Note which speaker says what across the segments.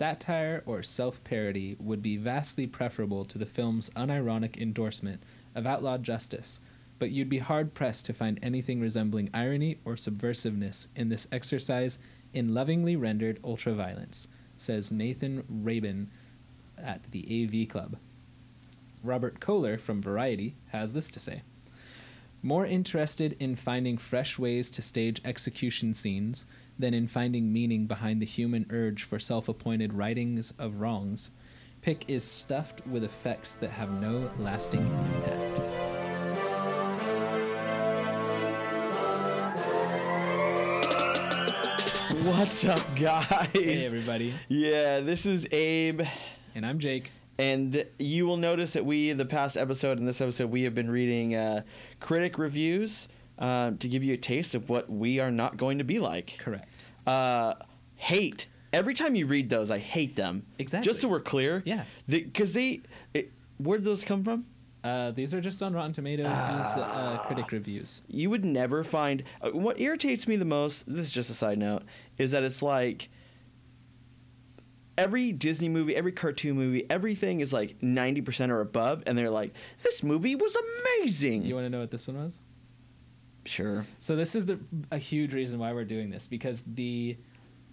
Speaker 1: Satire or self parody would be vastly preferable to the film's unironic endorsement of outlaw justice, but you'd be hard pressed to find anything resembling irony or subversiveness in this exercise in lovingly rendered ultraviolence, says Nathan Rabin at the AV Club. Robert Kohler from Variety has this to say More interested in finding fresh ways to stage execution scenes than in finding meaning behind the human urge for self appointed rightings of wrongs, Pick is stuffed with effects that have no lasting impact.
Speaker 2: What's up, guys?
Speaker 1: Hey, everybody.
Speaker 2: Yeah, this is Abe,
Speaker 1: And I'm Jake.
Speaker 2: and you will notice that we, the past episode and this episode, we have been reading uh, critic reviews um, to give you a taste of what we are not going to be like.
Speaker 1: Correct.
Speaker 2: Uh, hate. Every time you read those, I hate them.
Speaker 1: Exactly.
Speaker 2: Just so we're clear.
Speaker 1: Yeah.
Speaker 2: Because they, it, where'd those come from?
Speaker 1: Uh, these are just on Rotten Tomatoes' uh, critic reviews.
Speaker 2: you would never find uh, what irritates me the most this is just a side note is that it's like every disney movie every cartoon movie everything is like 90% or above and they're like this movie was amazing
Speaker 1: You want to know what this one was?
Speaker 2: sure
Speaker 1: So this is the a huge reason why we're doing this because the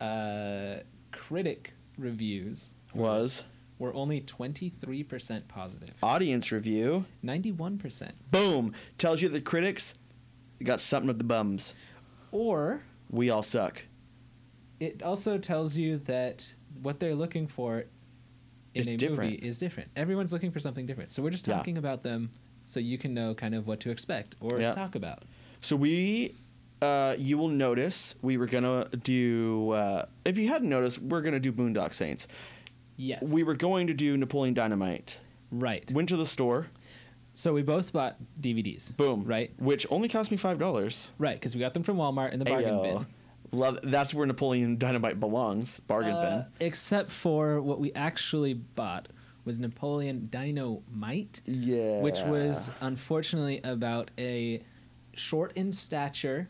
Speaker 1: uh, critic reviews
Speaker 2: was
Speaker 1: were only twenty three percent positive.
Speaker 2: audience review
Speaker 1: Ninety one percent,
Speaker 2: boom tells you the critics got something with the bums
Speaker 1: or
Speaker 2: we all suck
Speaker 1: it also tells you that what they're looking for in
Speaker 2: Is
Speaker 1: a
Speaker 2: different.
Speaker 1: movie is different. Everyone's looking for something different. So we're just
Speaker 2: Yeah.
Speaker 1: talking about them so you can know kind of what to expect or
Speaker 2: Yeah.
Speaker 1: talk about.
Speaker 2: So we, uh, you will notice we were gonna do. Uh, if you hadn't noticed, we're gonna do Boondock Saints.
Speaker 1: Yes.
Speaker 2: We were going to do Napoleon Dynamite.
Speaker 1: right.
Speaker 2: Went to the store.
Speaker 1: So we both bought DVDs.
Speaker 2: Boom.
Speaker 1: Right.
Speaker 2: Which only cost me five dollars.
Speaker 1: Right, because we got them from Walmart in the bargain bin.
Speaker 2: Love. That's where Napoleon Dynamite belongs. Bargain
Speaker 1: Uh,
Speaker 2: bin.
Speaker 1: Except for what we actually bought was Napoleon Dynamite,
Speaker 2: Yeah.
Speaker 1: which was unfortunately about a short in stature,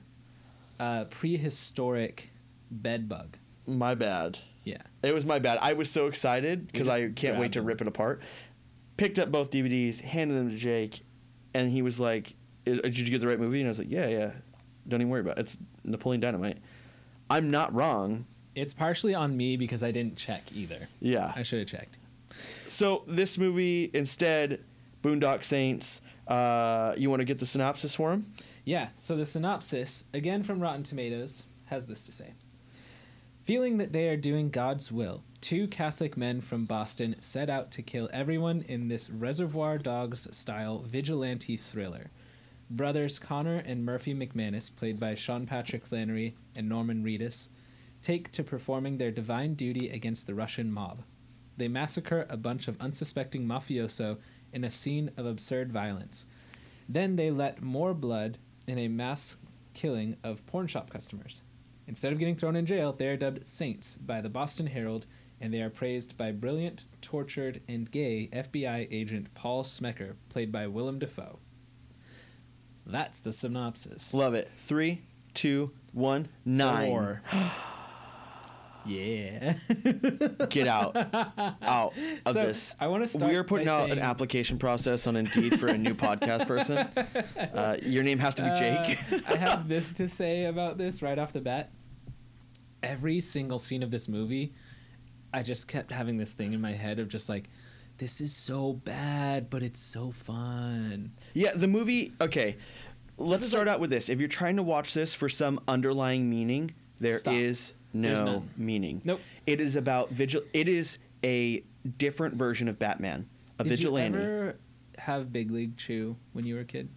Speaker 1: uh, prehistoric bed bug.
Speaker 2: my bad.
Speaker 1: Yeah.
Speaker 2: It was my bad. I was so excited because
Speaker 1: just
Speaker 2: I can't
Speaker 1: grabbed
Speaker 2: wait to
Speaker 1: them.
Speaker 2: rip it apart. Picked up both DVDs, handed them to Jake, and he was like, "Is- "Did you get the right movie?" And I was like, "Yeah, yeah. Don't even worry about it. It's Napoleon Dynamite." I'm not wrong.
Speaker 1: It's partially on me because I didn't check either.
Speaker 2: Yeah.
Speaker 1: I should have checked.
Speaker 2: So this movie instead, Boondock Saints. Uh, you want to get the synopsis for him?
Speaker 1: Yeah, so the synopsis, again from Rotten Tomatoes, has this to say Feeling that they are doing God's will, two Catholic men from Boston set out to kill everyone in this Reservoir Dogs style vigilante thriller. Brothers Connor and Murphy McManus, played by Sean Patrick Flannery and Norman Reedus, take to performing their divine duty against the Russian mob. They massacre a bunch of unsuspecting mafioso in a scene of absurd violence. Then they let more blood in a mass killing of porn shop customers. Instead of getting thrown in jail, they are dubbed saints by the Boston Herald, and they are praised by brilliant, tortured, and gay FBI agent Paul Smecker, played by Willem Dafoe. That's the synopsis.
Speaker 2: Love it. Three, two, one, nine.
Speaker 1: Or- yeah.
Speaker 2: Get out, out of
Speaker 1: So,
Speaker 2: this.
Speaker 1: I wanna start
Speaker 2: We are putting
Speaker 1: by
Speaker 2: out an
Speaker 1: saying-
Speaker 2: application process on Indeed for a new podcast person. Uh, your name has to be Jake.
Speaker 1: Uh, I have this to say about this right off the bat. Every single scene of this movie, I just kept having this thing in my head of just like, this is so bad, but it's so fun.
Speaker 2: Yeah, the movie. Okay, let's start out with this. If you're trying to watch this for some underlying meaning, there is
Speaker 1: Stop. There's
Speaker 2: no
Speaker 1: none.
Speaker 2: meaning.
Speaker 1: Nope.
Speaker 2: It is about vigil. It is a different version of Batman, a
Speaker 1: Did
Speaker 2: vigilante.
Speaker 1: you ever have Big League Chew when you were a kid?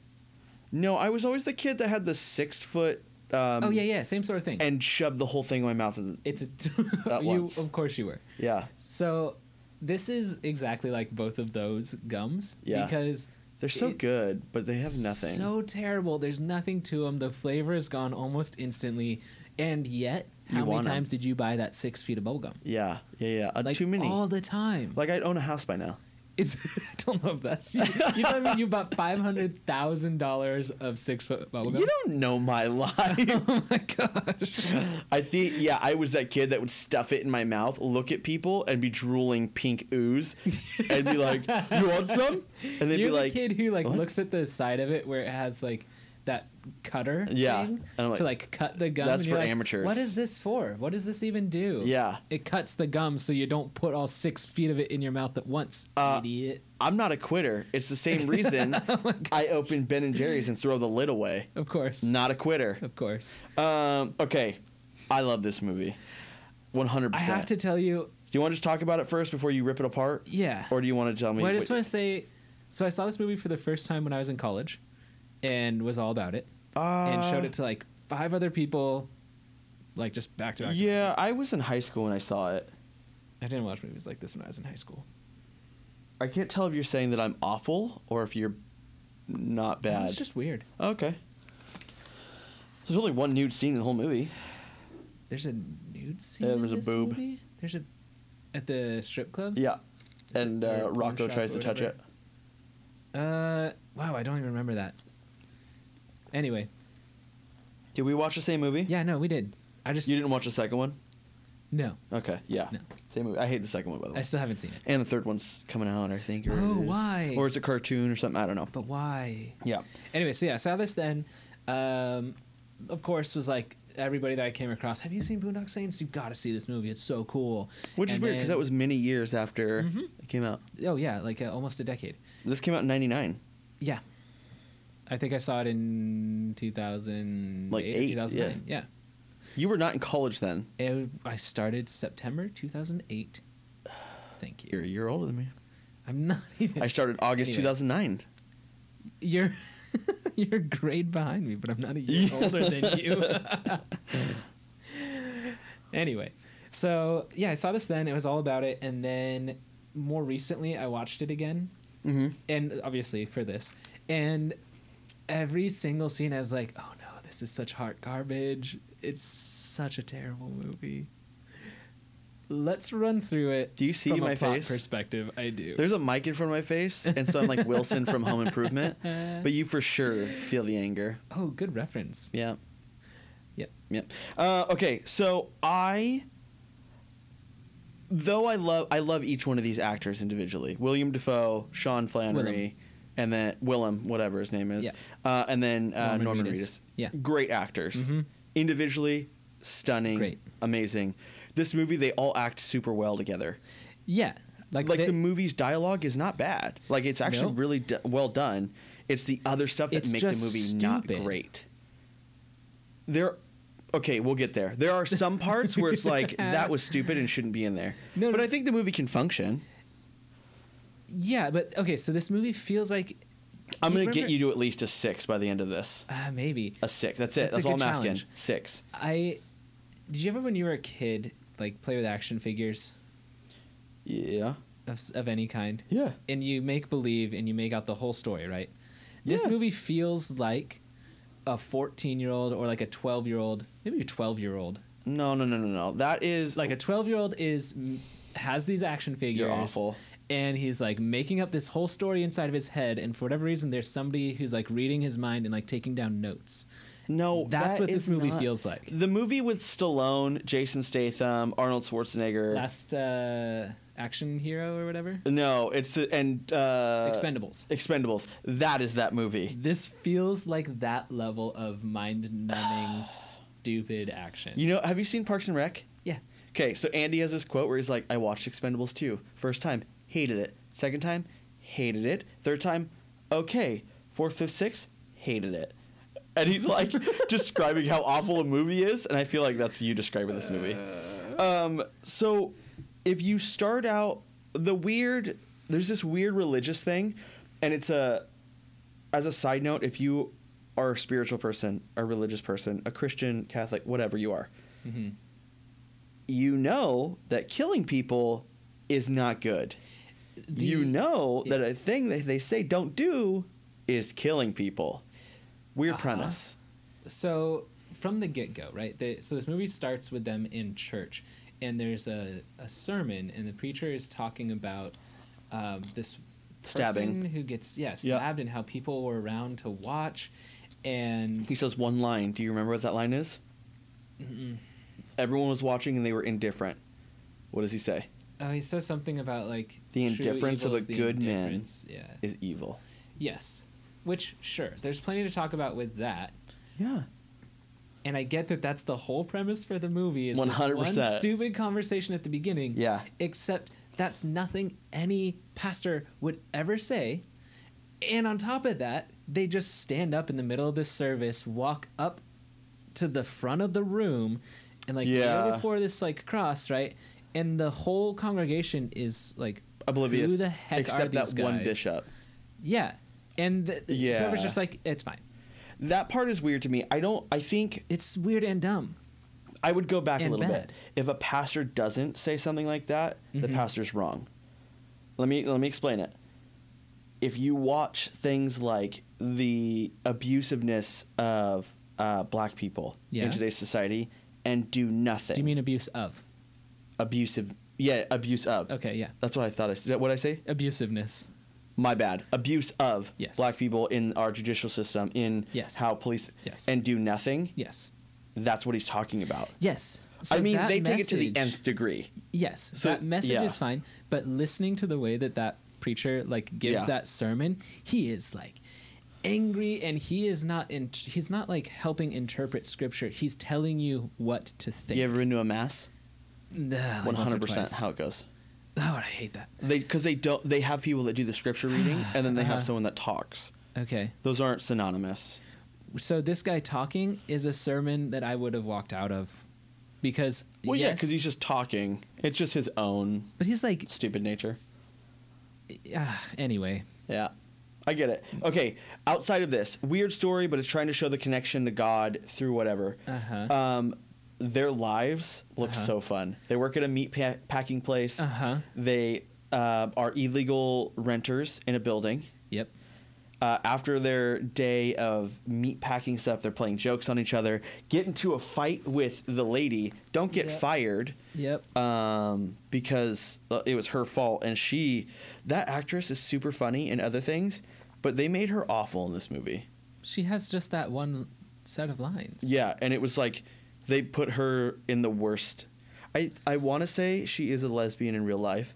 Speaker 2: No, I was always the kid that had the six foot. Um,
Speaker 1: oh yeah, yeah, same sort of thing.
Speaker 2: And shoved the whole thing in my mouth.
Speaker 1: it's a
Speaker 2: That
Speaker 1: you,
Speaker 2: once.
Speaker 1: of course you were.
Speaker 2: yeah,
Speaker 1: So this is exactly like both of those gums.
Speaker 2: Yeah.
Speaker 1: Because
Speaker 2: they're so
Speaker 1: it's-
Speaker 2: good, but they have nothing.
Speaker 1: So terrible. There's nothing to them. The flavor is gone almost instantly. And yet,
Speaker 2: You
Speaker 1: how many
Speaker 2: want 'em.
Speaker 1: times did you buy that six feet of bubblegum?
Speaker 2: yeah, yeah, yeah. Uh,
Speaker 1: Like
Speaker 2: too many.
Speaker 1: all the time.
Speaker 2: Like I'd own a house by now.
Speaker 1: It's I don't know if that's you. You know what I mean? You bought five hundred thousand dollars of six foot bubblegum.
Speaker 2: You don't know my life.
Speaker 1: oh my gosh!
Speaker 2: I think yeah, I was that kid that would stuff it in my mouth, look at people, and be drooling pink ooze, and be like, "You want some?" And they'd
Speaker 1: You're
Speaker 2: be
Speaker 1: the
Speaker 2: like,
Speaker 1: kid who like
Speaker 2: "What?"
Speaker 1: looks at the side of it where it has like that cutter
Speaker 2: Yeah,
Speaker 1: thing
Speaker 2: and I'm
Speaker 1: to
Speaker 2: like,
Speaker 1: like cut the gum.
Speaker 2: "That's
Speaker 1: and you're
Speaker 2: for
Speaker 1: like,
Speaker 2: amateurs."
Speaker 1: What is this for? What does this even do?
Speaker 2: "Yeah,
Speaker 1: It cuts the gum so you don't put all six feet of it in your mouth at once,
Speaker 2: Uh,
Speaker 1: idiot.
Speaker 2: I'm not a quitter." It's the same reason
Speaker 1: Oh,
Speaker 2: I open Ben and Jerry's and throw the lid away.
Speaker 1: Of course.
Speaker 2: Not a quitter.
Speaker 1: Of course.
Speaker 2: Um, okay, I love this movie, 100.
Speaker 1: I
Speaker 2: percent
Speaker 1: have to tell you,
Speaker 2: Do you want to just talk about it first before you rip it apart,
Speaker 1: yeah.
Speaker 2: or do you want to tell me?
Speaker 1: Well, I just
Speaker 2: what-
Speaker 1: want to say so I saw this movie for the first time when I was in college and was all about it and
Speaker 2: Uh,
Speaker 1: showed it to like five other people, like just back to back. to back.
Speaker 2: Yeah, I was in high school when I saw it.
Speaker 1: I didn't watch movies like this when I was in high school.
Speaker 2: I can't tell if you're saying that I'm awful or if you're not
Speaker 1: It
Speaker 2: bad.
Speaker 1: was just weird.
Speaker 2: Okay. There's only one nude scene in the whole movie.
Speaker 1: There's a nude scene.
Speaker 2: Yeah,
Speaker 1: in
Speaker 2: there's a
Speaker 1: this
Speaker 2: boob.
Speaker 1: movie? There's a at the strip club.
Speaker 2: Yeah.
Speaker 1: Is it
Speaker 2: And
Speaker 1: where
Speaker 2: uh,
Speaker 1: porn
Speaker 2: Rocco
Speaker 1: shop
Speaker 2: tries
Speaker 1: or
Speaker 2: to touch it.
Speaker 1: whatever? Uh, wow, I don't even remember that. Anyway,
Speaker 2: Did we watch the same movie?
Speaker 1: yeah, no, we did. I just
Speaker 2: You didn't watch the second one?
Speaker 1: no,
Speaker 2: Okay, yeah.
Speaker 1: No.
Speaker 2: Same movie. I hate the second one, by the way.
Speaker 1: I still haven't seen it.
Speaker 2: and the third one's coming out, I think. Or
Speaker 1: Oh,
Speaker 2: it is.
Speaker 1: why?
Speaker 2: Or it's a cartoon or something. I don't know.
Speaker 1: But why?
Speaker 2: Yeah.
Speaker 1: Anyway, so yeah, I saw this then. Um, of course, was like everybody that I came across. Have you seen Boondock Saints? You've got to see this movie. It's so cool.
Speaker 2: Which is
Speaker 1: And
Speaker 2: weird because
Speaker 1: then-
Speaker 2: that was many years after
Speaker 1: Mhm.
Speaker 2: it came out.
Speaker 1: oh yeah, like uh, almost a decade.
Speaker 2: This came out in 99.
Speaker 1: Yeah. I think I saw it in 2008,
Speaker 2: Like eight,
Speaker 1: 2009. Yeah.
Speaker 2: You were not in college then.
Speaker 1: It- I started September 2008. Thank you.
Speaker 2: You're a year older than me.
Speaker 1: I'm not even.
Speaker 2: I started August
Speaker 1: Anyway.
Speaker 2: 2009.
Speaker 1: you're you're a grade behind me, but I'm not a year older than you. anyway, so yeah, I saw this then. It was all about it, and then more recently, I watched it again
Speaker 2: Mm-hmm.
Speaker 1: and obviously for this and every single scene i was like oh no this is such heart garbage it's such a terrible movie let's run through it
Speaker 2: Do you see
Speaker 1: from a
Speaker 2: my
Speaker 1: plot
Speaker 2: face?
Speaker 1: perspective i do
Speaker 2: There's a mic in front of my face, and so I'm like Wilson from Home Improvement. But you for sure feel the anger.
Speaker 1: oh good reference
Speaker 2: Yeah.
Speaker 1: Yep.
Speaker 2: Yep. Uh, okay, so I, though I love I love each one of these actors individually. William Defoe, Sean Flannery,
Speaker 1: Willem.
Speaker 2: and then Willem, whatever his name is,
Speaker 1: Yeah.
Speaker 2: uh, and then uh,
Speaker 1: Norman
Speaker 2: Norman,
Speaker 1: Reedus.
Speaker 2: Reedus.
Speaker 1: Yeah.
Speaker 2: Great actors.
Speaker 1: Mhm.
Speaker 2: Individually, stunning.
Speaker 1: Great.
Speaker 2: Amazing. This movie, they all act super well together
Speaker 1: yeah like,
Speaker 2: like,
Speaker 1: they-
Speaker 2: the movie's dialogue is not bad. Like it's actually
Speaker 1: No.
Speaker 2: really d- well done. It's the other stuff that
Speaker 1: It's
Speaker 2: make the
Speaker 1: just
Speaker 2: movie not
Speaker 1: stupid.
Speaker 2: great. There, okay, we'll get there. There are some parts where it's like that was stupid and shouldn't be in there.
Speaker 1: No,
Speaker 2: but
Speaker 1: no.
Speaker 2: I think the movie can function.
Speaker 1: yeah but okay so this movie feels like
Speaker 2: I'm
Speaker 1: You
Speaker 2: gonna get
Speaker 1: remember-
Speaker 2: you to at least a six by the end of this.
Speaker 1: uh, maybe
Speaker 2: A six. That's
Speaker 1: That's
Speaker 2: it.
Speaker 1: a
Speaker 2: That's, all I'm
Speaker 1: good challenge.
Speaker 2: asking. Six.
Speaker 1: i did you ever when you were a kid like play with action figures
Speaker 2: Yeah.
Speaker 1: of, s- of any kind
Speaker 2: Yeah.
Speaker 1: and you make believe and you make out the whole story, right? This
Speaker 2: Yeah.
Speaker 1: movie feels like a 14 year old or like a 12 year old, maybe a 12 year old.
Speaker 2: No, no, no, no, no. That is
Speaker 1: Like a 12 year old is has these action figures.
Speaker 2: you're awful.
Speaker 1: And he's like making up this whole story inside of his head, and for whatever reason, there's somebody who's like reading his mind and like taking down notes. That's
Speaker 2: No, Oh, that
Speaker 1: what this
Speaker 2: is
Speaker 1: movie
Speaker 2: not-
Speaker 1: feels like.
Speaker 2: The movie with Stallone, Jason Statham, Arnold Schwarzenegger.
Speaker 1: Last uh, action hero or whatever,
Speaker 2: No, it's and uh,
Speaker 1: Expendables.
Speaker 2: Expendables. That is that movie.
Speaker 1: This feels like that level of mind numbing, stupid action.
Speaker 2: You know, have you seen Parks and Rec?
Speaker 1: yeah,
Speaker 2: Okay, so Andy has this quote where he's like, "I watched Expendables 2. First time, hated it. Second time, hated it. Third time, okay. Fourth, fifth, sixth, hated it." And he's like describing how awful a movie is, and I feel like that's you describing this movie. Um, so if you start out the weird, there's this weird religious thing, and it's a as a side note, if you are a spiritual person, a religious person, a Christian, Catholic, whatever you are,
Speaker 1: Mhm.
Speaker 2: you know that killing people is not good. you
Speaker 1: The-
Speaker 2: know that a thing that they say don't do is killing people. Weird
Speaker 1: Uh-huh.
Speaker 2: premise.
Speaker 1: so from the get-go right they, so this movie starts with them in church and there's a, a sermon and the preacher is talking about um, this
Speaker 2: Stabbing.
Speaker 1: person who gets yeah
Speaker 2: Yeah.
Speaker 1: stabbed and how people were around to watch, and
Speaker 2: He says one line. Do you remember what that line is?
Speaker 1: Mm-mm.
Speaker 2: Everyone was watching and they were indifferent. What does he say?
Speaker 1: oh, he says something about like
Speaker 2: The
Speaker 1: true
Speaker 2: indifference of
Speaker 1: evil
Speaker 2: a
Speaker 1: is the
Speaker 2: good man.
Speaker 1: indifference. Yeah.
Speaker 2: Is evil.
Speaker 1: Yes. Which sure, there's plenty to talk about with that.
Speaker 2: Yeah.
Speaker 1: And I get that that's the whole premise for the movie is this one
Speaker 2: 100%.
Speaker 1: stupid conversation at the beginning.
Speaker 2: Yeah.
Speaker 1: Except that's nothing any pastor would ever say. And on top of that, they just stand up in the middle of this service, walk up to the front of the room, and like
Speaker 2: Yeah.
Speaker 1: kneel before this like cross, right? And the whole congregation is like
Speaker 2: Oblivious.
Speaker 1: Who the heck are
Speaker 2: Except that
Speaker 1: these
Speaker 2: one
Speaker 1: guys?
Speaker 2: bishop.
Speaker 1: Yeah. And th-
Speaker 2: Yeah.
Speaker 1: whoever's just like, it's fine.
Speaker 2: That part is weird to me. I don't. I think
Speaker 1: It's weird and dumb.
Speaker 2: I would go back a
Speaker 1: And
Speaker 2: little
Speaker 1: bad.
Speaker 2: bit. If a pastor doesn't say something like that, the
Speaker 1: Mhm.
Speaker 2: pastor's wrong. Let me let me explain it. If you watch things like the abusiveness of uh, black people
Speaker 1: Yeah.
Speaker 2: in today's society and do nothing,
Speaker 1: Do you mean abuse of?
Speaker 2: abusive? Yeah, abuse of.
Speaker 1: Okay, yeah.
Speaker 2: That's what I thought. I said. What I say?
Speaker 1: Abusiveness.
Speaker 2: My bad. Abuse of
Speaker 1: Yes.
Speaker 2: black people in our judicial system, in
Speaker 1: Yes.
Speaker 2: how police
Speaker 1: Yes.
Speaker 2: and do nothing.
Speaker 1: Yes.
Speaker 2: That's what he's talking about.
Speaker 1: Yes.
Speaker 2: I
Speaker 1: So
Speaker 2: mean,
Speaker 1: that
Speaker 2: they take it to the
Speaker 1: message-
Speaker 2: nth degree.
Speaker 1: Yes,
Speaker 2: So,
Speaker 1: that message
Speaker 2: yeah.
Speaker 1: is fine, but listening to the way that that preacher like gives
Speaker 2: Yeah.
Speaker 1: that sermon, he is like angry and he is not in, he's not like helping interpret scripture. He's telling you what to think.
Speaker 2: You ever been to a mass?
Speaker 1: Nah, like
Speaker 2: One
Speaker 1: once or
Speaker 2: hundred percent.
Speaker 1: twice.
Speaker 2: How it goes?
Speaker 1: Oh, I hate that.
Speaker 2: They because they don't. They have people that do the scripture reading, and then they
Speaker 1: Uh-huh.
Speaker 2: have someone that talks.
Speaker 1: Okay.
Speaker 2: Those aren't synonymous.
Speaker 1: So this guy talking is a sermon that I would have walked out of because
Speaker 2: Well, yeah, 'cause yeah,
Speaker 1: yes,
Speaker 2: because he's just talking. It's just his own
Speaker 1: But he's like
Speaker 2: stupid nature.
Speaker 1: ah, anyway.
Speaker 2: Yeah, I get it. Okay, outside of this weird story, but it's trying to show the connection to God through whatever.
Speaker 1: Uh-huh.
Speaker 2: Um, their lives look
Speaker 1: Uh-huh.
Speaker 2: so fun. They work at a meat pa- packing place.
Speaker 1: Uh-huh.
Speaker 2: They uh, are illegal renters in a building.
Speaker 1: Yep.
Speaker 2: uh, after their day of meat packing stuff, they're playing jokes on each other, get into a fight with the lady, don't get
Speaker 1: Yep.
Speaker 2: fired
Speaker 1: Yep.
Speaker 2: um, because uh, it was her fault. And she, that actress is super funny and other things, but they made her awful in this movie.
Speaker 1: She has just that one set of lines.
Speaker 2: Yeah, and it was like they put her in the worst. I, I want to say she is a lesbian in real life.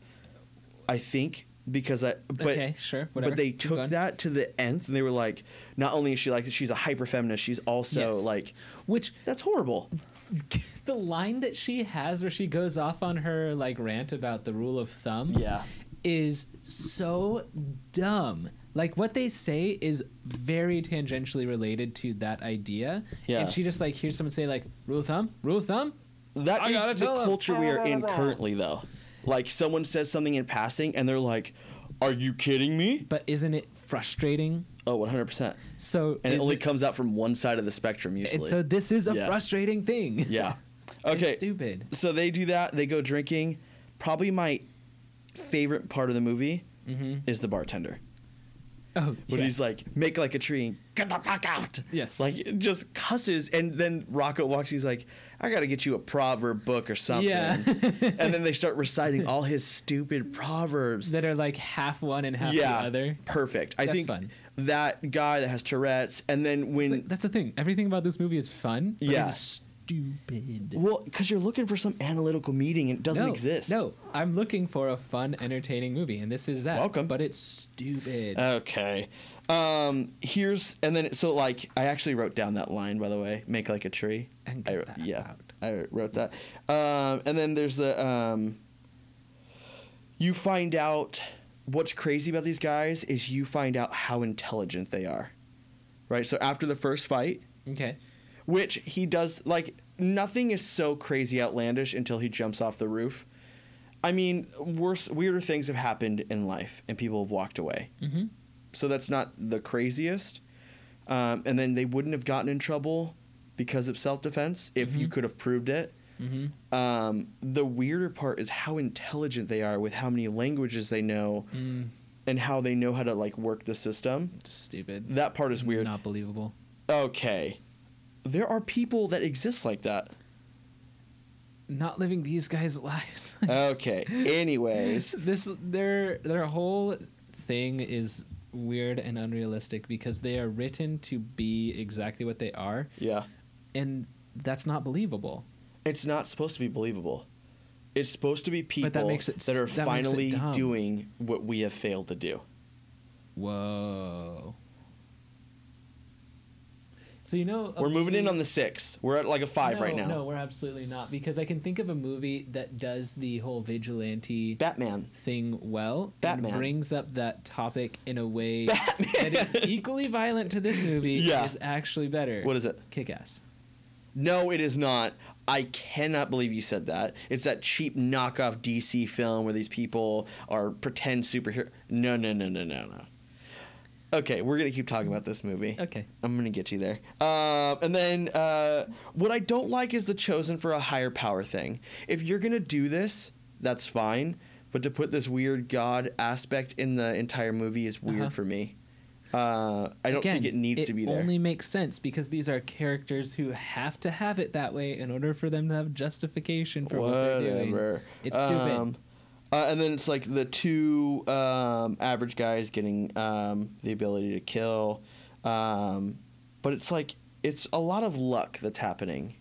Speaker 2: I think because I but
Speaker 1: okay, sure, whatever.
Speaker 2: But they
Speaker 1: Keep
Speaker 2: took
Speaker 1: going.
Speaker 2: that to the nth, and they were like, not only is she like she's a hyper feminist, she's also
Speaker 1: Yes.
Speaker 2: like
Speaker 1: Which
Speaker 2: that's horrible.
Speaker 1: the line that she has where she goes off on her like rant about the rule of thumb
Speaker 2: Yeah.
Speaker 1: is so dumb. Like what they say is very tangentially related to that idea.
Speaker 2: Yeah.
Speaker 1: And she just like hears someone say like rule of thumb, rule of thumb.
Speaker 2: That
Speaker 1: I
Speaker 2: is
Speaker 1: gotta
Speaker 2: the
Speaker 1: tell 'em.
Speaker 2: culture we are in currently, though. Like someone says something in passing, and they're like, "Are you kidding me?"
Speaker 1: But isn't it frustrating?
Speaker 2: Oh, one hundred percent.
Speaker 1: So
Speaker 2: And it
Speaker 1: is
Speaker 2: only comes out from one side of the spectrum usually.
Speaker 1: and so this is a
Speaker 2: Yeah.
Speaker 1: frustrating thing.
Speaker 2: yeah.
Speaker 1: It's
Speaker 2: Okay.
Speaker 1: stupid.
Speaker 2: so they do that. They go drinking. Probably my favorite part of the movie
Speaker 1: Mm-hmm.
Speaker 2: is the bartender.
Speaker 1: Oh,
Speaker 2: But
Speaker 1: yes.
Speaker 2: he's like, make like a tree and get the fuck out.
Speaker 1: Yes.
Speaker 2: Like it just cusses. And then Rocco walks, he's like, I gotta get you a proverb book or something.
Speaker 1: Yeah.
Speaker 2: and then they start reciting all his stupid proverbs.
Speaker 1: that are like half one and half
Speaker 2: yeah.
Speaker 1: the other.
Speaker 2: Perfect. I
Speaker 1: That's
Speaker 2: think
Speaker 1: fun.
Speaker 2: that guy that has Tourette's and then when
Speaker 1: It's like- that's the thing. Everything about this movie is fun. But
Speaker 2: Yeah.
Speaker 1: It's stupid.
Speaker 2: Well, because you're looking for some analytical meaning and it doesn't
Speaker 1: no,
Speaker 2: exist.
Speaker 1: No, I'm looking for a fun, entertaining movie, and this is that.
Speaker 2: Welcome. Uh,
Speaker 1: But it's stupid.
Speaker 2: Okay. Um, here's and then so like I actually wrote down that line by the way. Make like a tree.
Speaker 1: And get
Speaker 2: I,
Speaker 1: that
Speaker 2: yeah,
Speaker 1: out.
Speaker 2: I wrote that. Um, and then there's the um, you find out what's crazy about these guys is you find out how intelligent they are, right? So after the first fight,
Speaker 1: okay.
Speaker 2: which he does like nothing is so crazy outlandish until he jumps off the roof. I mean, worse, weirder things have happened in life, and people have walked away
Speaker 1: Mm-hmm.
Speaker 2: so that's not the craziest. Um, and then they wouldn't have gotten in trouble because of self defense if you could have proved it.
Speaker 1: Mm-hmm.
Speaker 2: Um, the weirder part is how intelligent they are with how many languages they know
Speaker 1: Mm,
Speaker 2: and how they know how to like work the system.
Speaker 1: stupid.
Speaker 2: That part is weird.
Speaker 1: Not believable.
Speaker 2: Okay, there are people that exist like that.
Speaker 1: Not living these guys' lives.
Speaker 2: Okay. Anyways,
Speaker 1: this their their whole thing is weird and unrealistic because they are written to be exactly what they are,
Speaker 2: Yeah.
Speaker 1: and that's not believable.
Speaker 2: It's not supposed to be believable. It's supposed to be people
Speaker 1: that makes it s-
Speaker 2: that
Speaker 1: that
Speaker 2: are
Speaker 1: makes it
Speaker 2: finally
Speaker 1: dumb.
Speaker 2: doing what we have failed to do.
Speaker 1: Whoa. So you know a
Speaker 2: We're moving in
Speaker 1: movie-
Speaker 2: on the six. We're at like a five right
Speaker 1: No,
Speaker 2: now.
Speaker 1: No, we're absolutely not because I can think of a movie that does the whole vigilante
Speaker 2: Batman.
Speaker 1: thing well
Speaker 2: Batman.
Speaker 1: and brings up that topic in a way
Speaker 2: Batman.
Speaker 1: that is equally violent to this movie
Speaker 2: Yeah.
Speaker 1: is actually better.
Speaker 2: What is it?
Speaker 1: Kick ass.
Speaker 2: No, it is not. I cannot believe you said that. It's that cheap knockoff DC film where these people are pretend superhero. No, no, no, no, no, no. Okay, we're gonna keep talking about this movie.
Speaker 1: Okay.
Speaker 2: I'm gonna get you there. Uh, and then uh, what I don't like is the chosen for a higher power thing. If you're gonna do this, that's fine. But to put this weird god aspect in the entire movie is weird
Speaker 1: Uh-huh.
Speaker 2: for me. Uh, I don't
Speaker 1: Again,
Speaker 2: think it needs to be there.
Speaker 1: only makes sense because these are characters who have to have it that way in order for them to have justification for what they're doing.
Speaker 2: Whatever.
Speaker 1: It's stupid.
Speaker 2: Um, uh, and then it's like the two um, average guys getting um, the ability to kill, um, but it's like it's a lot of luck that's happening.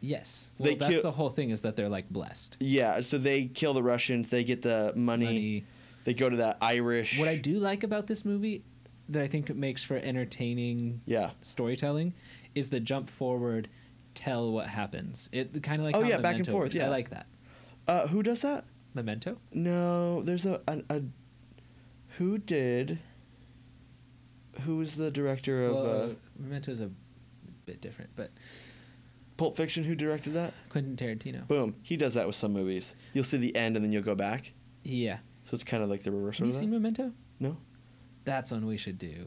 Speaker 1: Yes. Well,
Speaker 2: They
Speaker 1: that's
Speaker 2: kill-
Speaker 1: the whole thing is that they're like blessed.
Speaker 2: Yeah, so they kill the Russians. They get the money.
Speaker 1: Money.
Speaker 2: They go to that Irish.
Speaker 1: What I do like about this movie that I think it makes for entertaining
Speaker 2: Yeah.
Speaker 1: storytelling is the jump forward, tell what happens. It kind of like
Speaker 2: Oh,
Speaker 1: how
Speaker 2: yeah, back and
Speaker 1: Memento
Speaker 2: forth,
Speaker 1: works.
Speaker 2: yeah.
Speaker 1: I like that.
Speaker 2: Uh, who does that?
Speaker 1: Memento.
Speaker 2: No, there's a, a, a who did. Who was the director of uh,
Speaker 1: Well, Memento's a bit different, but
Speaker 2: Pulp Fiction? Who directed that?
Speaker 1: Quentin Tarantino.
Speaker 2: Boom. He does that with some movies. You'll see the end and then you'll go back.
Speaker 1: yeah.
Speaker 2: So it's kind of like the reverse
Speaker 1: Have
Speaker 2: of
Speaker 1: you
Speaker 2: that.
Speaker 1: seen Memento?
Speaker 2: no.
Speaker 1: That's one we should do.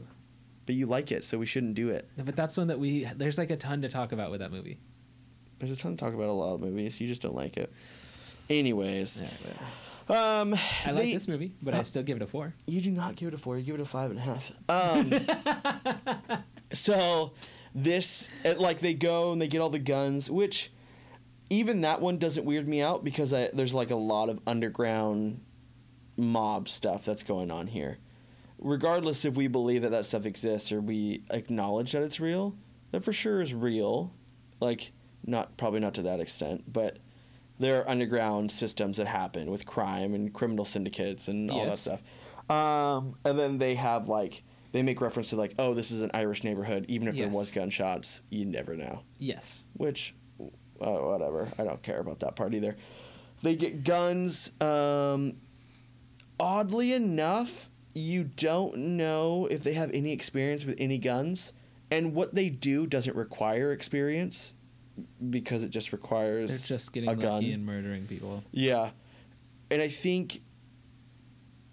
Speaker 2: But you like it, so we shouldn't do it.
Speaker 1: No, But that's one that we there's like a ton to talk about with that movie.
Speaker 2: There's a ton to talk about a lot of movies. You just don't like it. Anyways. Um
Speaker 1: I like
Speaker 2: they- uh,
Speaker 1: this movie, but I still give it a four.
Speaker 2: You do not give it a four, you give it a five and a half. Um So this it, like they go and they get all the guns, which even that one doesn't weird me out because I, there's like a lot of underground mob stuff that's going on here. Regardless if we believe that that stuff exists or we acknowledge that it's real, that for sure is real. Like not probably not to that extent, but there are underground systems that happen with crime and criminal syndicates and all that
Speaker 1: Yes.
Speaker 2: stuff. Um, and then they have like they make reference to like, oh, this is an Irish neighborhood. Even if
Speaker 1: Yes.
Speaker 2: there was gunshots, you never know
Speaker 1: Yes.
Speaker 2: which uh, whatever i don't care about that part either they get guns um, oddly enough you don't know if they have any experience with any guns and what they do doesn't require experience because it just requires
Speaker 1: They're just getting
Speaker 2: a
Speaker 1: lucky
Speaker 2: gun
Speaker 1: and murdering people.
Speaker 2: yeah. And I think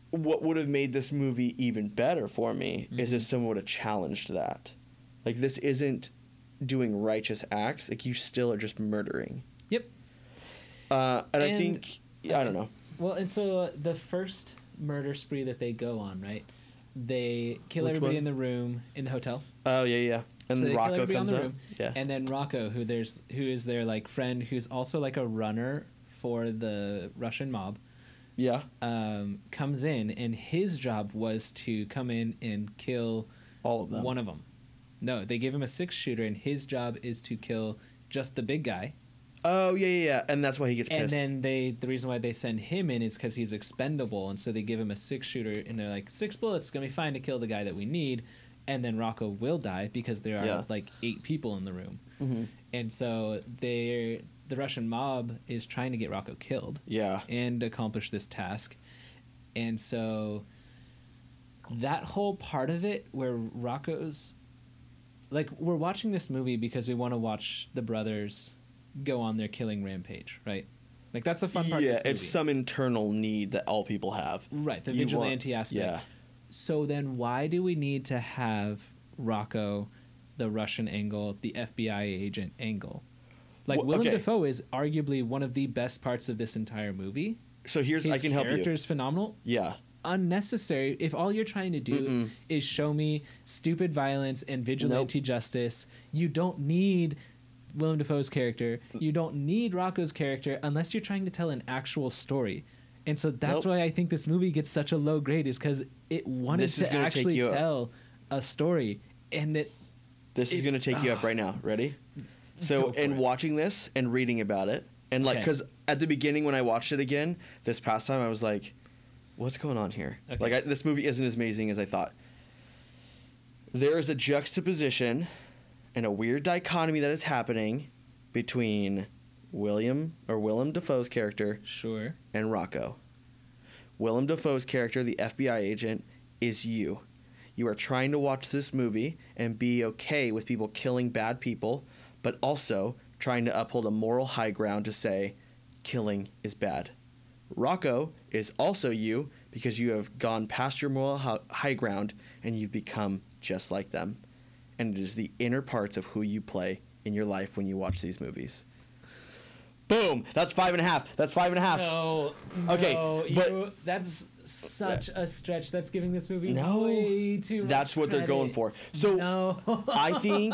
Speaker 2: what would have made this movie even better for me is
Speaker 1: Mm-hmm.
Speaker 2: if someone would have challenged that. Like, this isn't doing righteous acts. Like, you still are just murdering.
Speaker 1: Yep.
Speaker 2: Uh, and, I
Speaker 1: And-
Speaker 2: think, I don't know.
Speaker 1: Well, and so uh, the first murder spree that they go on, right? They kill
Speaker 2: Which
Speaker 1: everybody
Speaker 2: one?
Speaker 1: in the room in the hotel.
Speaker 2: Oh, yeah, yeah. And
Speaker 1: so they
Speaker 2: then
Speaker 1: kill
Speaker 2: Rocco
Speaker 1: everybody
Speaker 2: comes
Speaker 1: on the
Speaker 2: up.
Speaker 1: room.
Speaker 2: Yeah.
Speaker 1: And then Rocco, who there's who is their like friend, who's also like a runner for the Russian mob,
Speaker 2: yeah.
Speaker 1: um, comes in, and his job was to come in and kill
Speaker 2: All of them.
Speaker 1: one of them. No, they give him a six shooter, and his job is to kill just the big guy.
Speaker 2: oh, yeah, yeah, yeah. And that's why he gets
Speaker 1: And
Speaker 2: pissed.
Speaker 1: then they the reason why they send him in is because he's expendable, and so they give him a six shooter, and they're like six bullets gonna be fine to kill the guy that we need, and then Rocco will die because there are
Speaker 2: Yeah.
Speaker 1: like eight people in the room,
Speaker 2: Mhm.
Speaker 1: and so they the Russian mob is trying to get Rocco killed
Speaker 2: yeah.
Speaker 1: and accomplish this task, and so that whole part of it where Rocco's like we're watching this movie because we want to watch the brothers go on their killing rampage, right? Like that's the fun part.
Speaker 2: yeah,
Speaker 1: of this movie.
Speaker 2: it's some internal need that all people have.
Speaker 1: right the
Speaker 2: you want-
Speaker 1: vigilante aspect.
Speaker 2: yeah.
Speaker 1: So then, why do we need to have Rocco, the Russian angle, the FBI agent angle? Like
Speaker 2: Well,
Speaker 1: Willem
Speaker 2: okay.
Speaker 1: Dafoe is arguably one of the best parts of this entire movie.
Speaker 2: So here's,
Speaker 1: His
Speaker 2: I can help
Speaker 1: character
Speaker 2: you.
Speaker 1: is phenomenal
Speaker 2: Yeah.
Speaker 1: unnecessary if all you're trying to do
Speaker 2: Mm-mm.
Speaker 1: is show me stupid violence and vigilante justice you don't need
Speaker 2: Mm.
Speaker 1: Willem Dafoe's character you don't need Rocco's character unless you're trying to tell an actual story And so that's
Speaker 2: Nope.
Speaker 1: why I think this movie gets such a low grade is because it wanted
Speaker 2: This is
Speaker 1: to
Speaker 2: gonna take
Speaker 1: actually
Speaker 2: you up.
Speaker 1: tell a story, and that
Speaker 2: This is
Speaker 1: It-
Speaker 2: going to take you up right now. Ready? So,
Speaker 1: Go for
Speaker 2: in
Speaker 1: it.
Speaker 2: watching this and reading about it, and like,
Speaker 1: Okay.
Speaker 2: because at the beginning when I watched it again this past time, I was like, what's going on here?
Speaker 1: Okay.
Speaker 2: Like, I, this movie isn't as amazing as I thought. There is a juxtaposition and a weird dichotomy that is happening between William or Willem Dafoe's character
Speaker 1: sure,
Speaker 2: and Rocco. Willem Dafoe's character, the FBI agent, is you. You are trying to watch this movie and be okay with people killing bad people, but also trying to uphold a moral high ground to say killing is bad. Rocco is also you because you have gone past your moral hi- high ground and you've become just like them. And it is the inner parts of who you play in your life when you watch these movies. Boom! That's five and a half. That's five and a half.
Speaker 1: no,
Speaker 2: Okay,
Speaker 1: no,
Speaker 2: but-
Speaker 1: you, that's such a stretch. That's giving this movie
Speaker 2: No,
Speaker 1: way too. much
Speaker 2: That's what they're going
Speaker 1: credit.
Speaker 2: for. So
Speaker 1: no,
Speaker 2: I think,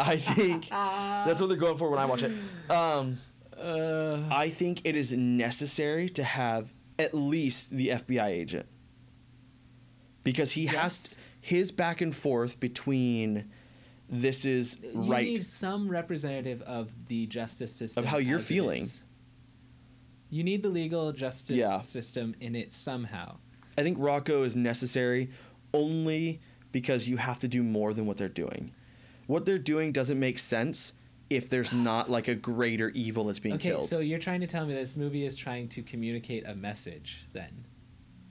Speaker 2: I think that's what they're going for when I watch it. Um,
Speaker 1: uh,
Speaker 2: I think it is necessary to have at least the FBI agent because he
Speaker 1: Yes.
Speaker 2: has his back and forth between this is
Speaker 1: you
Speaker 2: right.
Speaker 1: need some representative of the justice system
Speaker 2: how you're
Speaker 1: as it
Speaker 2: feeling.
Speaker 1: is. You need the legal justice
Speaker 2: Yeah.
Speaker 1: system in it somehow.
Speaker 2: I think Rocco is necessary only because you have to do more than what they're doing. What they're doing doesn't make sense if there's not like a greater evil that's being
Speaker 1: Okay,
Speaker 2: killed.
Speaker 1: so you're trying to tell me this movie is trying to communicate a message then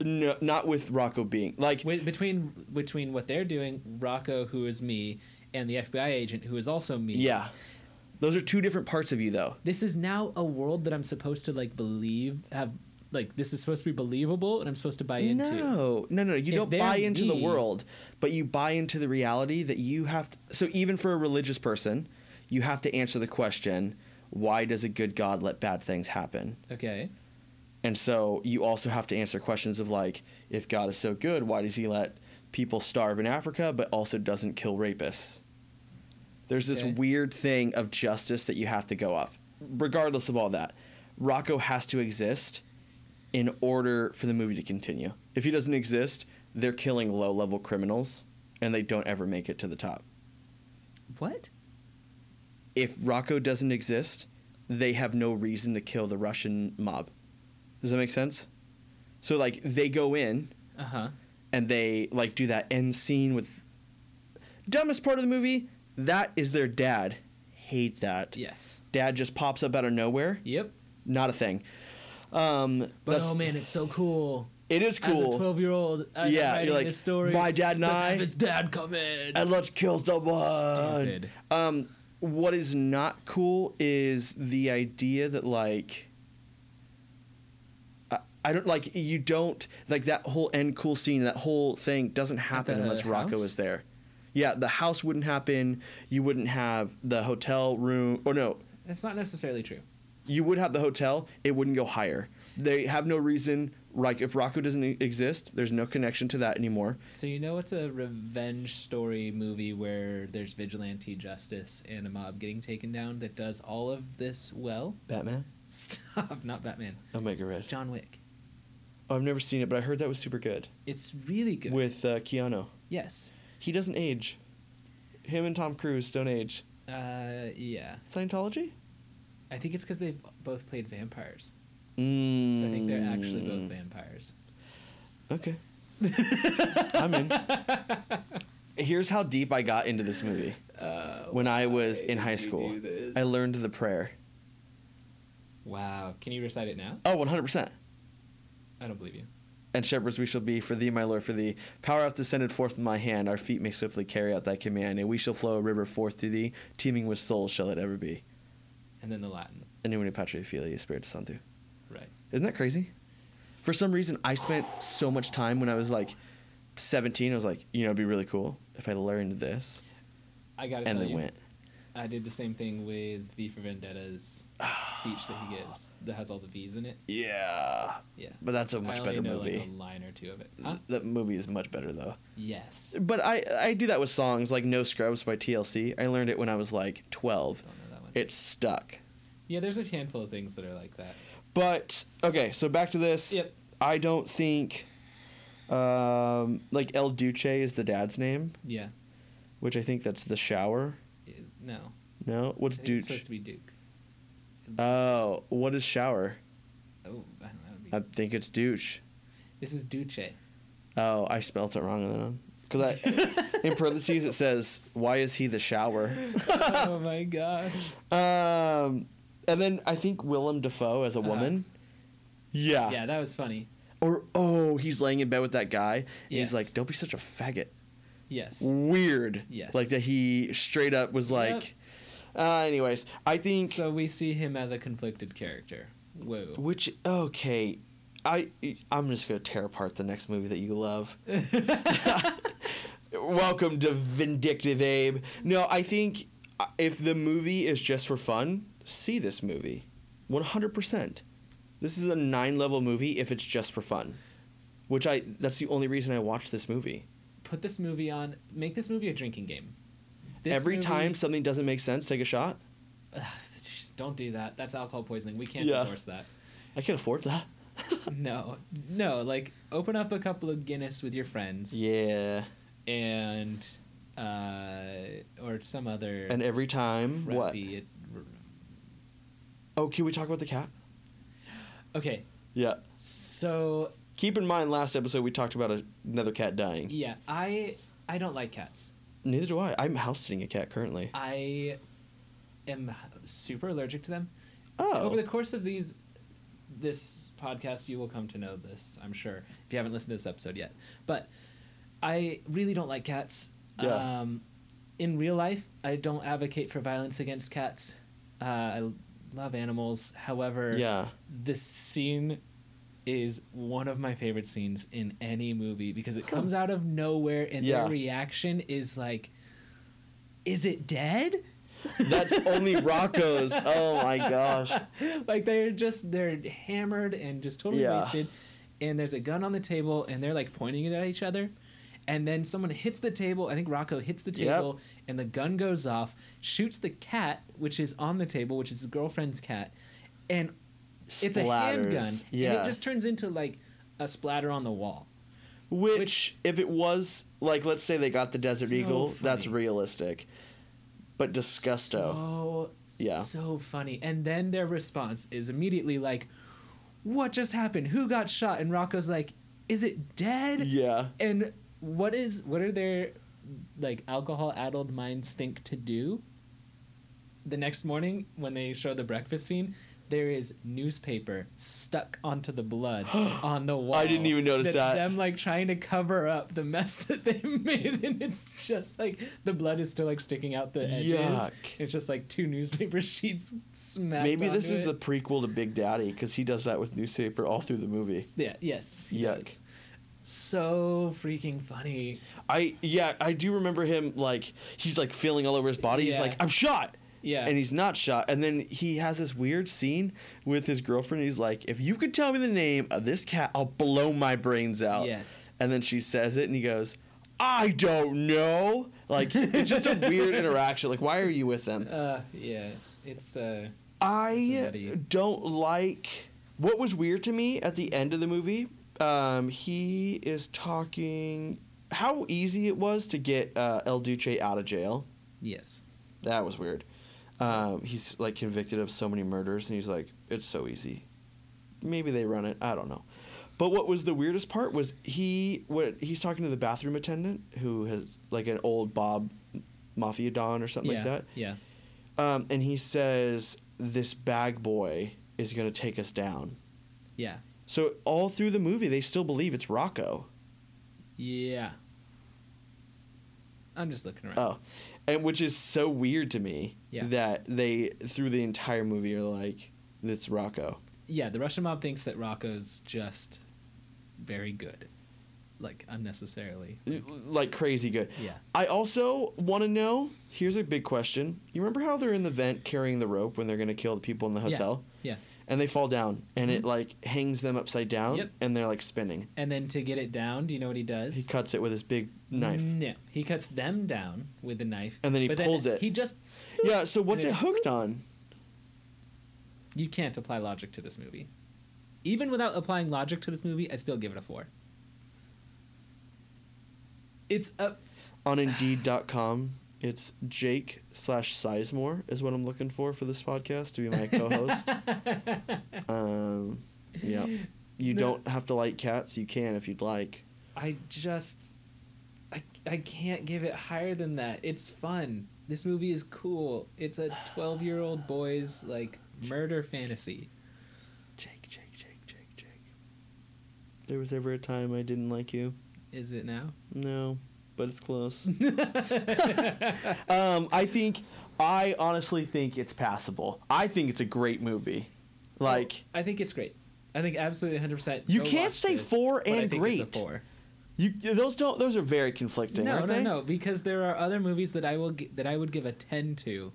Speaker 2: No, not with Rocco being like
Speaker 1: Wi- between between what they're doing, Rocco, who is me, and the FBI agent, who is also me.
Speaker 2: yeah. Those are two different parts of you though.
Speaker 1: this is now a world that I'm supposed to like believe have like this is supposed to be believable and I'm supposed to buy into.
Speaker 2: No, no, no. You
Speaker 1: If
Speaker 2: don't
Speaker 1: they're
Speaker 2: buy into the
Speaker 1: me-
Speaker 2: world, but you buy into the reality that you have. To, so even for a religious person, you have to answer the question: Why does a good God let bad things happen?
Speaker 1: Okay.
Speaker 2: And so you also have to answer questions of like, if God is so good, why does he let people starve in Africa but also doesn't kill rapists? There's this
Speaker 1: Okay.
Speaker 2: weird thing of justice that you have to go off. Regardless of all that, Rocco has to exist in order for the movie to continue. If he doesn't exist, they're killing low level criminals and they don't ever make it to the top.
Speaker 1: What?
Speaker 2: If Rocco doesn't exist, they have no reason to kill the Russian mob. Does that make sense? So like they go in
Speaker 1: Uh huh.
Speaker 2: and they like do that end scene with dumbest part of the movie. That is their dad. Hate that.
Speaker 1: Yes.
Speaker 2: Dad just pops up out of nowhere.
Speaker 1: Yep.
Speaker 2: Not a thing. Um,
Speaker 1: But
Speaker 2: that's-
Speaker 1: oh man, it's so cool.
Speaker 2: it
Speaker 1: As
Speaker 2: is
Speaker 1: a
Speaker 2: cool.
Speaker 1: twelve year old,
Speaker 2: Yeah,
Speaker 1: yeah,
Speaker 2: you're
Speaker 1: writing
Speaker 2: like,
Speaker 1: this story.
Speaker 2: "My dad and
Speaker 1: Let's
Speaker 2: I-
Speaker 1: have his dad come in.
Speaker 2: And let's kill someone.
Speaker 1: Stupid.
Speaker 2: Um, what is not cool is the idea that like. I- I don't like you don't like that whole end cool scene that whole thing doesn't happen
Speaker 1: the
Speaker 2: unless Rocco
Speaker 1: house?
Speaker 2: is there. Yeah, the house wouldn't happen. You wouldn't have the hotel room or no,
Speaker 1: That's not necessarily true.
Speaker 2: you would have the hotel, it wouldn't go higher. They have no reason like if Rocco doesn't e- exist, there's no connection to that anymore.
Speaker 1: So you know it's a revenge story movie where there's vigilante justice and a mob getting taken down that does all of this well?
Speaker 2: Batman?
Speaker 1: Stop, not Batman.
Speaker 2: Omega Red.
Speaker 1: John Wick.
Speaker 2: Oh, I've never seen it, but I heard that was super good.
Speaker 1: It's really good.
Speaker 2: with uh, Keanu.
Speaker 1: yes.
Speaker 2: He doesn't age. Him and Tom Cruise don't age.
Speaker 1: Uh, yeah.
Speaker 2: Scientology?
Speaker 1: I think it's because they've both played vampires.
Speaker 2: Mm.
Speaker 1: So I think they're actually both vampires.
Speaker 2: Okay. I'm in. Here's how deep I got into this movie.
Speaker 1: Uh,
Speaker 2: When I was
Speaker 1: why
Speaker 2: in high
Speaker 1: did you
Speaker 2: school,
Speaker 1: do this?
Speaker 2: I learned the prayer.
Speaker 1: Wow. Can you recite it now?
Speaker 2: Oh, 100%.
Speaker 1: I don't believe you.
Speaker 2: And shepherds we shall be for thee, my Lord, for thee. Power hath descended forth in my hand. Our feet may swiftly carry out thy command. And we shall flow a river forth to thee. Teeming with souls shall it ever be.
Speaker 1: And then the Latin.
Speaker 2: Anumine patria filii spiritus sancti.
Speaker 1: Right.
Speaker 2: Isn't that crazy? For some reason, I spent so much time when I was like 17. I was like, you know, it'd be really cool if I learned this
Speaker 1: I gotta
Speaker 2: and
Speaker 1: tell
Speaker 2: then
Speaker 1: you.
Speaker 2: went.
Speaker 1: I did the same thing with V for Vendetta's speech that he gives that has all the V's in it.
Speaker 2: Yeah,
Speaker 1: Yeah.
Speaker 2: but that's a
Speaker 1: I
Speaker 2: much
Speaker 1: only
Speaker 2: better
Speaker 1: know, like,
Speaker 2: movie.
Speaker 1: a line or two of it. Huh?
Speaker 2: Th- That movie is much better though.
Speaker 1: Yes.
Speaker 2: But I I do that with songs like No Scrubs by TLC. I learned it when I was like 12.
Speaker 1: Don't know that one.
Speaker 2: It stuck.
Speaker 1: yeah, there's a handful of things that are like that.
Speaker 2: But okay, so back to this.
Speaker 1: Yep.
Speaker 2: I don't think, um, like El Duce is the dad's name,
Speaker 1: Yeah.
Speaker 2: which I think that's the shower.
Speaker 1: I- No.
Speaker 2: No,
Speaker 1: I
Speaker 2: what's
Speaker 1: think it's
Speaker 2: Duce?
Speaker 1: supposed to be Duke.
Speaker 2: oh, what is shower?
Speaker 1: Oh, I don't know. It'd
Speaker 2: I
Speaker 1: be-
Speaker 2: think it's douche.
Speaker 1: This is Duce.
Speaker 2: Oh, I spelt it wrong then. Because I, in parentheses it says, "Why is he the shower?"
Speaker 1: oh my gosh.
Speaker 2: Um, and then I think Willem Dafoe as a
Speaker 1: Uh-huh.
Speaker 2: woman. Yeah.
Speaker 1: Yeah, that was funny.
Speaker 2: Or oh, he's laying in bed with that guy. And
Speaker 1: Yes.
Speaker 2: He's like, "Don't be such a faggot."
Speaker 1: Yes.
Speaker 2: Weird.
Speaker 1: Yes.
Speaker 2: Like that he straight up was
Speaker 1: Yep.
Speaker 2: like. Uh, anyways, I think
Speaker 1: So we see him as a conflicted character. Whoa.
Speaker 2: which okay, I I'm just gonna tear apart the next movie that you love. Welcome to Vindictive Abe. No, I think uh, if the movie is just for fun, see this movie. 100%. This is a 9 level movie if it's just for fun. Which I that's the only reason I watch this movie.
Speaker 1: Put this movie on. Make this movie a drinking game.
Speaker 2: Every
Speaker 1: movie-
Speaker 2: time something doesn't make sense, take a shot.
Speaker 1: Ugh, sh- don't do that. That's alcohol poisoning. We can't
Speaker 2: Yeah.
Speaker 1: endorse that.
Speaker 2: I can afford that.
Speaker 1: No, no. Like, open up a couple of Guinness with your friends,
Speaker 2: Yeah.
Speaker 1: and uh, or some other
Speaker 2: And every time what?
Speaker 1: crappy-
Speaker 2: Oh, can we talk about the cat?
Speaker 1: Okay,
Speaker 2: Yeah.
Speaker 1: so
Speaker 2: Keep in mind last episode we talked about a, another cat dying.
Speaker 1: yeah, I I don't like cats.
Speaker 2: Neither do I. I'm house sitting a cat currently.
Speaker 1: I am super allergic to them.
Speaker 2: Oh.
Speaker 1: Over the course of these this podcast, you will come to know this, I'm sure, if you haven't listened to this episode yet. But I really don't like cats.
Speaker 2: Yeah.
Speaker 1: Um, in real life, I don't advocate for violence against cats. Uh, I l- love animals. However,
Speaker 2: yeah.
Speaker 1: this scene is one of my favorite scenes in any movie because it
Speaker 2: Huh.
Speaker 1: comes out of nowhere and
Speaker 2: Yeah.
Speaker 1: their reaction is like, is it dead?
Speaker 2: That's only Rocco's. Oh my gosh.
Speaker 1: like they're just they're hammered and just totally
Speaker 2: Yeah.
Speaker 1: wasted and there's a gun on the table and they're like pointing it at each other and then someone hits the table i think rocco hits the
Speaker 2: Yep.
Speaker 1: table and the gun goes off shoots the cat which is on the table which is his girlfriend's cat and it's a
Speaker 2: Splatters.
Speaker 1: handgun and
Speaker 2: Yeah.
Speaker 1: it just turns into like a splatter on the wall
Speaker 2: Which,
Speaker 1: which-
Speaker 2: if it was like, let's say they got the Desert
Speaker 1: So
Speaker 2: Eagle, that's
Speaker 1: funny.
Speaker 2: realistic, but disgusto.
Speaker 1: so,
Speaker 2: Yeah.
Speaker 1: so funny and then their response is immediately like what just happened who got shot and rocco's like is it dead
Speaker 2: Yeah.
Speaker 1: And what is what are their like alcohol addled minds think to do? The next morning when they show the breakfast scene, there is newspaper stuck onto the blood on the wall.
Speaker 2: didn't even notice
Speaker 1: that's
Speaker 2: that.
Speaker 1: Them like trying to cover up the mess that they made, and it's just like the blood is still like sticking out the edges.
Speaker 2: Yuck.
Speaker 1: It's just like two newspaper sheets smacked.
Speaker 2: Maybe this
Speaker 1: onto
Speaker 2: is
Speaker 1: it.
Speaker 2: the prequel to Big Daddy because he does that with newspaper all through the movie.
Speaker 1: yeah yes he
Speaker 2: Yuck.
Speaker 1: does. So freaking funny.
Speaker 2: I yeah, I do remember him like he's like feeling all over his body. He's
Speaker 1: Yeah.
Speaker 2: like, I'm shot.
Speaker 1: Yeah.
Speaker 2: And he's not shot. And then he has this weird scene with his girlfriend. He's like, if you could tell me the name of this cat, I'll blow my brains out.
Speaker 1: Yes.
Speaker 2: And then she says it, and he goes, I don't know. Like, it's just a weird interaction. Like, why are you with them?
Speaker 1: Uh, yeah, it's uh,
Speaker 2: I
Speaker 1: nutty-
Speaker 2: don't like. What was weird to me at the end of the movie, um, he is talking how easy it was to get uh, El Duce out of jail.
Speaker 1: yes,
Speaker 2: That was weird. Um, he's like convicted of so many murders, and he's like, it's so easy. Maybe they run it. I don't know. But what was the weirdest part was he what he's talking to the bathroom attendant who has like an old Bob mafia don or something
Speaker 1: yeah,
Speaker 2: like that,
Speaker 1: yeah,
Speaker 2: um, and he says this bag boy is gonna take us down.
Speaker 1: yeah,
Speaker 2: So all through the movie, they still believe it's Rocco.
Speaker 1: yeah. I'm just looking around.
Speaker 2: Oh, and which is so weird to me
Speaker 1: Yeah.
Speaker 2: that they through the entire movie are like, it's Rocco.
Speaker 1: Yeah, the Russian mob thinks that Rocco's just very good, like unnecessarily.
Speaker 2: like crazy good.
Speaker 1: Yeah.
Speaker 2: I also want to know. Here's a big question. You remember how they're in the vent carrying the rope when they're gonna kill the people in the
Speaker 1: Yeah.
Speaker 2: hotel,
Speaker 1: Yeah, Mm-hmm.
Speaker 2: and they fall down, and it like hangs them upside down,
Speaker 1: Yep.
Speaker 2: and they're like spinning.
Speaker 1: and then to get it down, do you know what he does?
Speaker 2: He cuts it with his big knife.
Speaker 1: No, he cuts them down with the knife,
Speaker 2: And then he
Speaker 1: Mm. but
Speaker 2: pulls it.
Speaker 1: He just
Speaker 2: Yeah. So what's
Speaker 1: And
Speaker 2: it
Speaker 1: it-
Speaker 2: hooked on?
Speaker 1: you can't apply logic to this movie. Even without applying logic to this movie, I still give it a four. It's a
Speaker 2: On Indeed.com, it's Jake slash Sizemore is what I'm looking for for this podcast to be my co-host. um, yeah, you
Speaker 1: No.
Speaker 2: don't have to like cats. You can if you'd like.
Speaker 1: I just I I can't give it higher than that. It's fun. This movie is cool. It's a 12-year-old boy's like murder fantasy.
Speaker 2: Jake, Jake, Jake, Jake, Jake. There was ever a time I didn't like you.
Speaker 1: Is it now?
Speaker 2: No, but it's close. um, I think I honestly think it's passable. I think it's a great movie. Like
Speaker 1: I think it's great. I think absolutely 100%.
Speaker 2: You
Speaker 1: go
Speaker 2: can't
Speaker 1: watch
Speaker 2: say
Speaker 1: this,
Speaker 2: four
Speaker 1: but I
Speaker 2: and
Speaker 1: think it's a
Speaker 2: great.
Speaker 1: four.
Speaker 2: you, those don't those are very conflicting,
Speaker 1: No,
Speaker 2: aren't
Speaker 1: no,
Speaker 2: they?
Speaker 1: no, because there are other movies that I will gi- that I would give a 10 to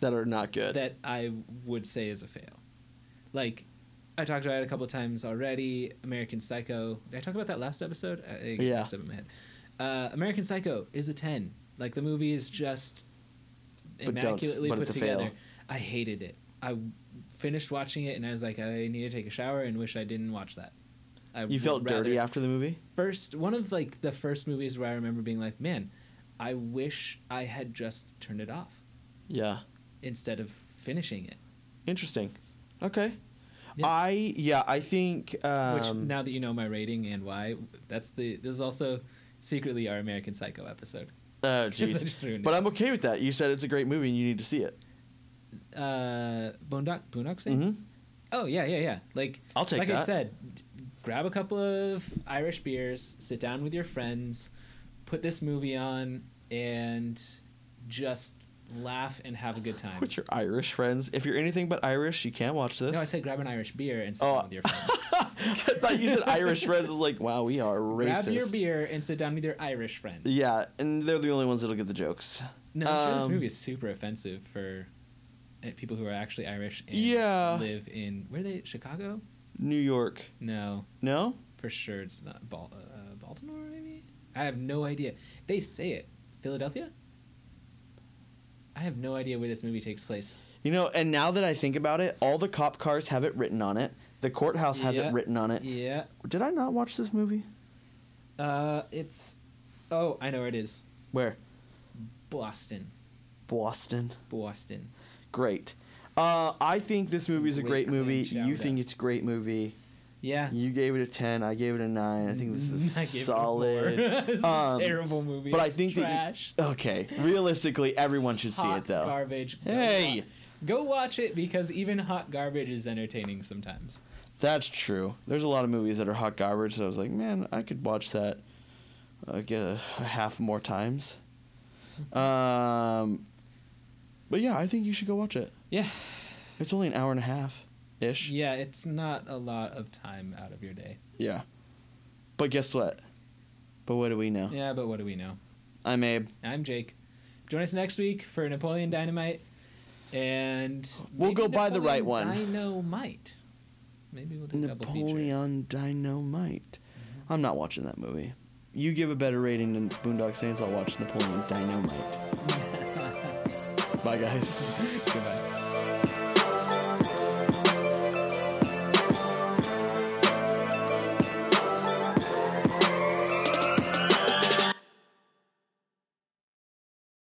Speaker 2: That are not good.
Speaker 1: that I would say is a fail. Like I talked about it a couple of times already. American Psycho. Did I talk about that last episode? I, it got
Speaker 2: Yeah.
Speaker 1: mixed up in my head. Uh, American Psycho is a ten. Like the movie is just
Speaker 2: But don't-
Speaker 1: immaculately
Speaker 2: but
Speaker 1: put
Speaker 2: it's a
Speaker 1: together.
Speaker 2: fail.
Speaker 1: I hated it. I finished watching it and I was like, I need to take a shower and wish I didn't watch that. I
Speaker 2: you
Speaker 1: would
Speaker 2: felt dirty
Speaker 1: rather-
Speaker 2: after the movie.
Speaker 1: first one of like the first movies where I remember being like, man, I wish I had just turned it off
Speaker 2: Yeah.
Speaker 1: instead of finishing it.
Speaker 2: Interesting. Okay.
Speaker 1: Yeah.
Speaker 2: I yeah I think um,
Speaker 1: Which now that you know my rating and why, that's the this is also secretly our American Psycho episode.
Speaker 2: oh,
Speaker 1: 'Cause I
Speaker 2: jeez.
Speaker 1: just ruined
Speaker 2: But
Speaker 1: it.
Speaker 2: I'm okay with that. You said it's a great movie and you need to see it.
Speaker 1: Uh, Boondock Boondock Saints.
Speaker 2: Mhm.
Speaker 1: Oh yeah, yeah, yeah. Like
Speaker 2: I'll take
Speaker 1: like I
Speaker 2: that.
Speaker 1: said, grab a couple of Irish beers, sit down with your friends, put this movie on, and just laugh and have a good time.
Speaker 2: With your Irish friends, if you're anything but Irish, you can watch this.
Speaker 1: No, I said grab an Irish beer and sit
Speaker 2: Oh.
Speaker 1: down with your friends.
Speaker 2: I thought you said Irish friends. I was like, wow, we are racist.
Speaker 1: grab your beer and sit down with your Irish friend.
Speaker 2: Yeah, and they're the only ones that'll get the jokes.
Speaker 1: No, I'm sure this
Speaker 2: Um,
Speaker 1: movie is super offensive for uh, people who are actually Irish and
Speaker 2: Yeah.
Speaker 1: live in where are they Chicago?
Speaker 2: New York.
Speaker 1: No,
Speaker 2: No?
Speaker 1: for sure it's not Bal- uh, Baltimore. Maybe I have no idea. They say it Philadelphia. I have no idea where this movie takes place.
Speaker 2: You know, and now that I think about it, all the cop cars have it written on it. The courthouse has
Speaker 1: Yeah.
Speaker 2: it written on it.
Speaker 1: Yeah,
Speaker 2: Did I not watch this movie?
Speaker 1: uh, it's oh I know where it is.
Speaker 2: Where?
Speaker 1: Boston,
Speaker 2: Boston.
Speaker 1: Boston.
Speaker 2: Great. Uh, I think this
Speaker 1: Some
Speaker 2: movie is a
Speaker 1: great
Speaker 2: great movie.
Speaker 1: clean shout
Speaker 2: You think
Speaker 1: out.
Speaker 2: it's a great movie.
Speaker 1: Yeah.
Speaker 2: You gave it a 10. I gave it a 9. I think this
Speaker 1: I gave it
Speaker 2: is
Speaker 1: a
Speaker 2: solid.
Speaker 1: four. it's
Speaker 2: Um,
Speaker 1: a terrible movie.
Speaker 2: but I
Speaker 1: It's
Speaker 2: think that you-
Speaker 1: trash.
Speaker 2: Okay. Realistically, everyone should see
Speaker 1: hot
Speaker 2: it, though.
Speaker 1: Garbage. Go
Speaker 2: Hey!
Speaker 1: wa- go watch it because even hot garbage is entertaining sometimes.
Speaker 2: That's true. There's a lot of movies that are hot garbage that I was like, man, I could watch that uh, get a, a half more times. Um, but yeah, I think you should go watch it.
Speaker 1: Yeah,
Speaker 2: It's only an hour and a half ish.
Speaker 1: yeah. It's not a lot of time out of your day.
Speaker 2: Yeah. But guess what? But what do we know?
Speaker 1: Yeah, but what do we know?
Speaker 2: I'm Abe.
Speaker 1: I'm Jake. Join us next week for Napoleon Dynamite, and
Speaker 2: We'll
Speaker 1: maybe
Speaker 2: go buy the right one.
Speaker 1: Napoleon Dynamite. Maybe we'll do a double feature.
Speaker 2: Napoleon Dynamite. I'm not watching that movie. You give a better rating than Boondock Saints, I'll watch Napoleon Dynamite. Bye, guys.
Speaker 1: Goodbye.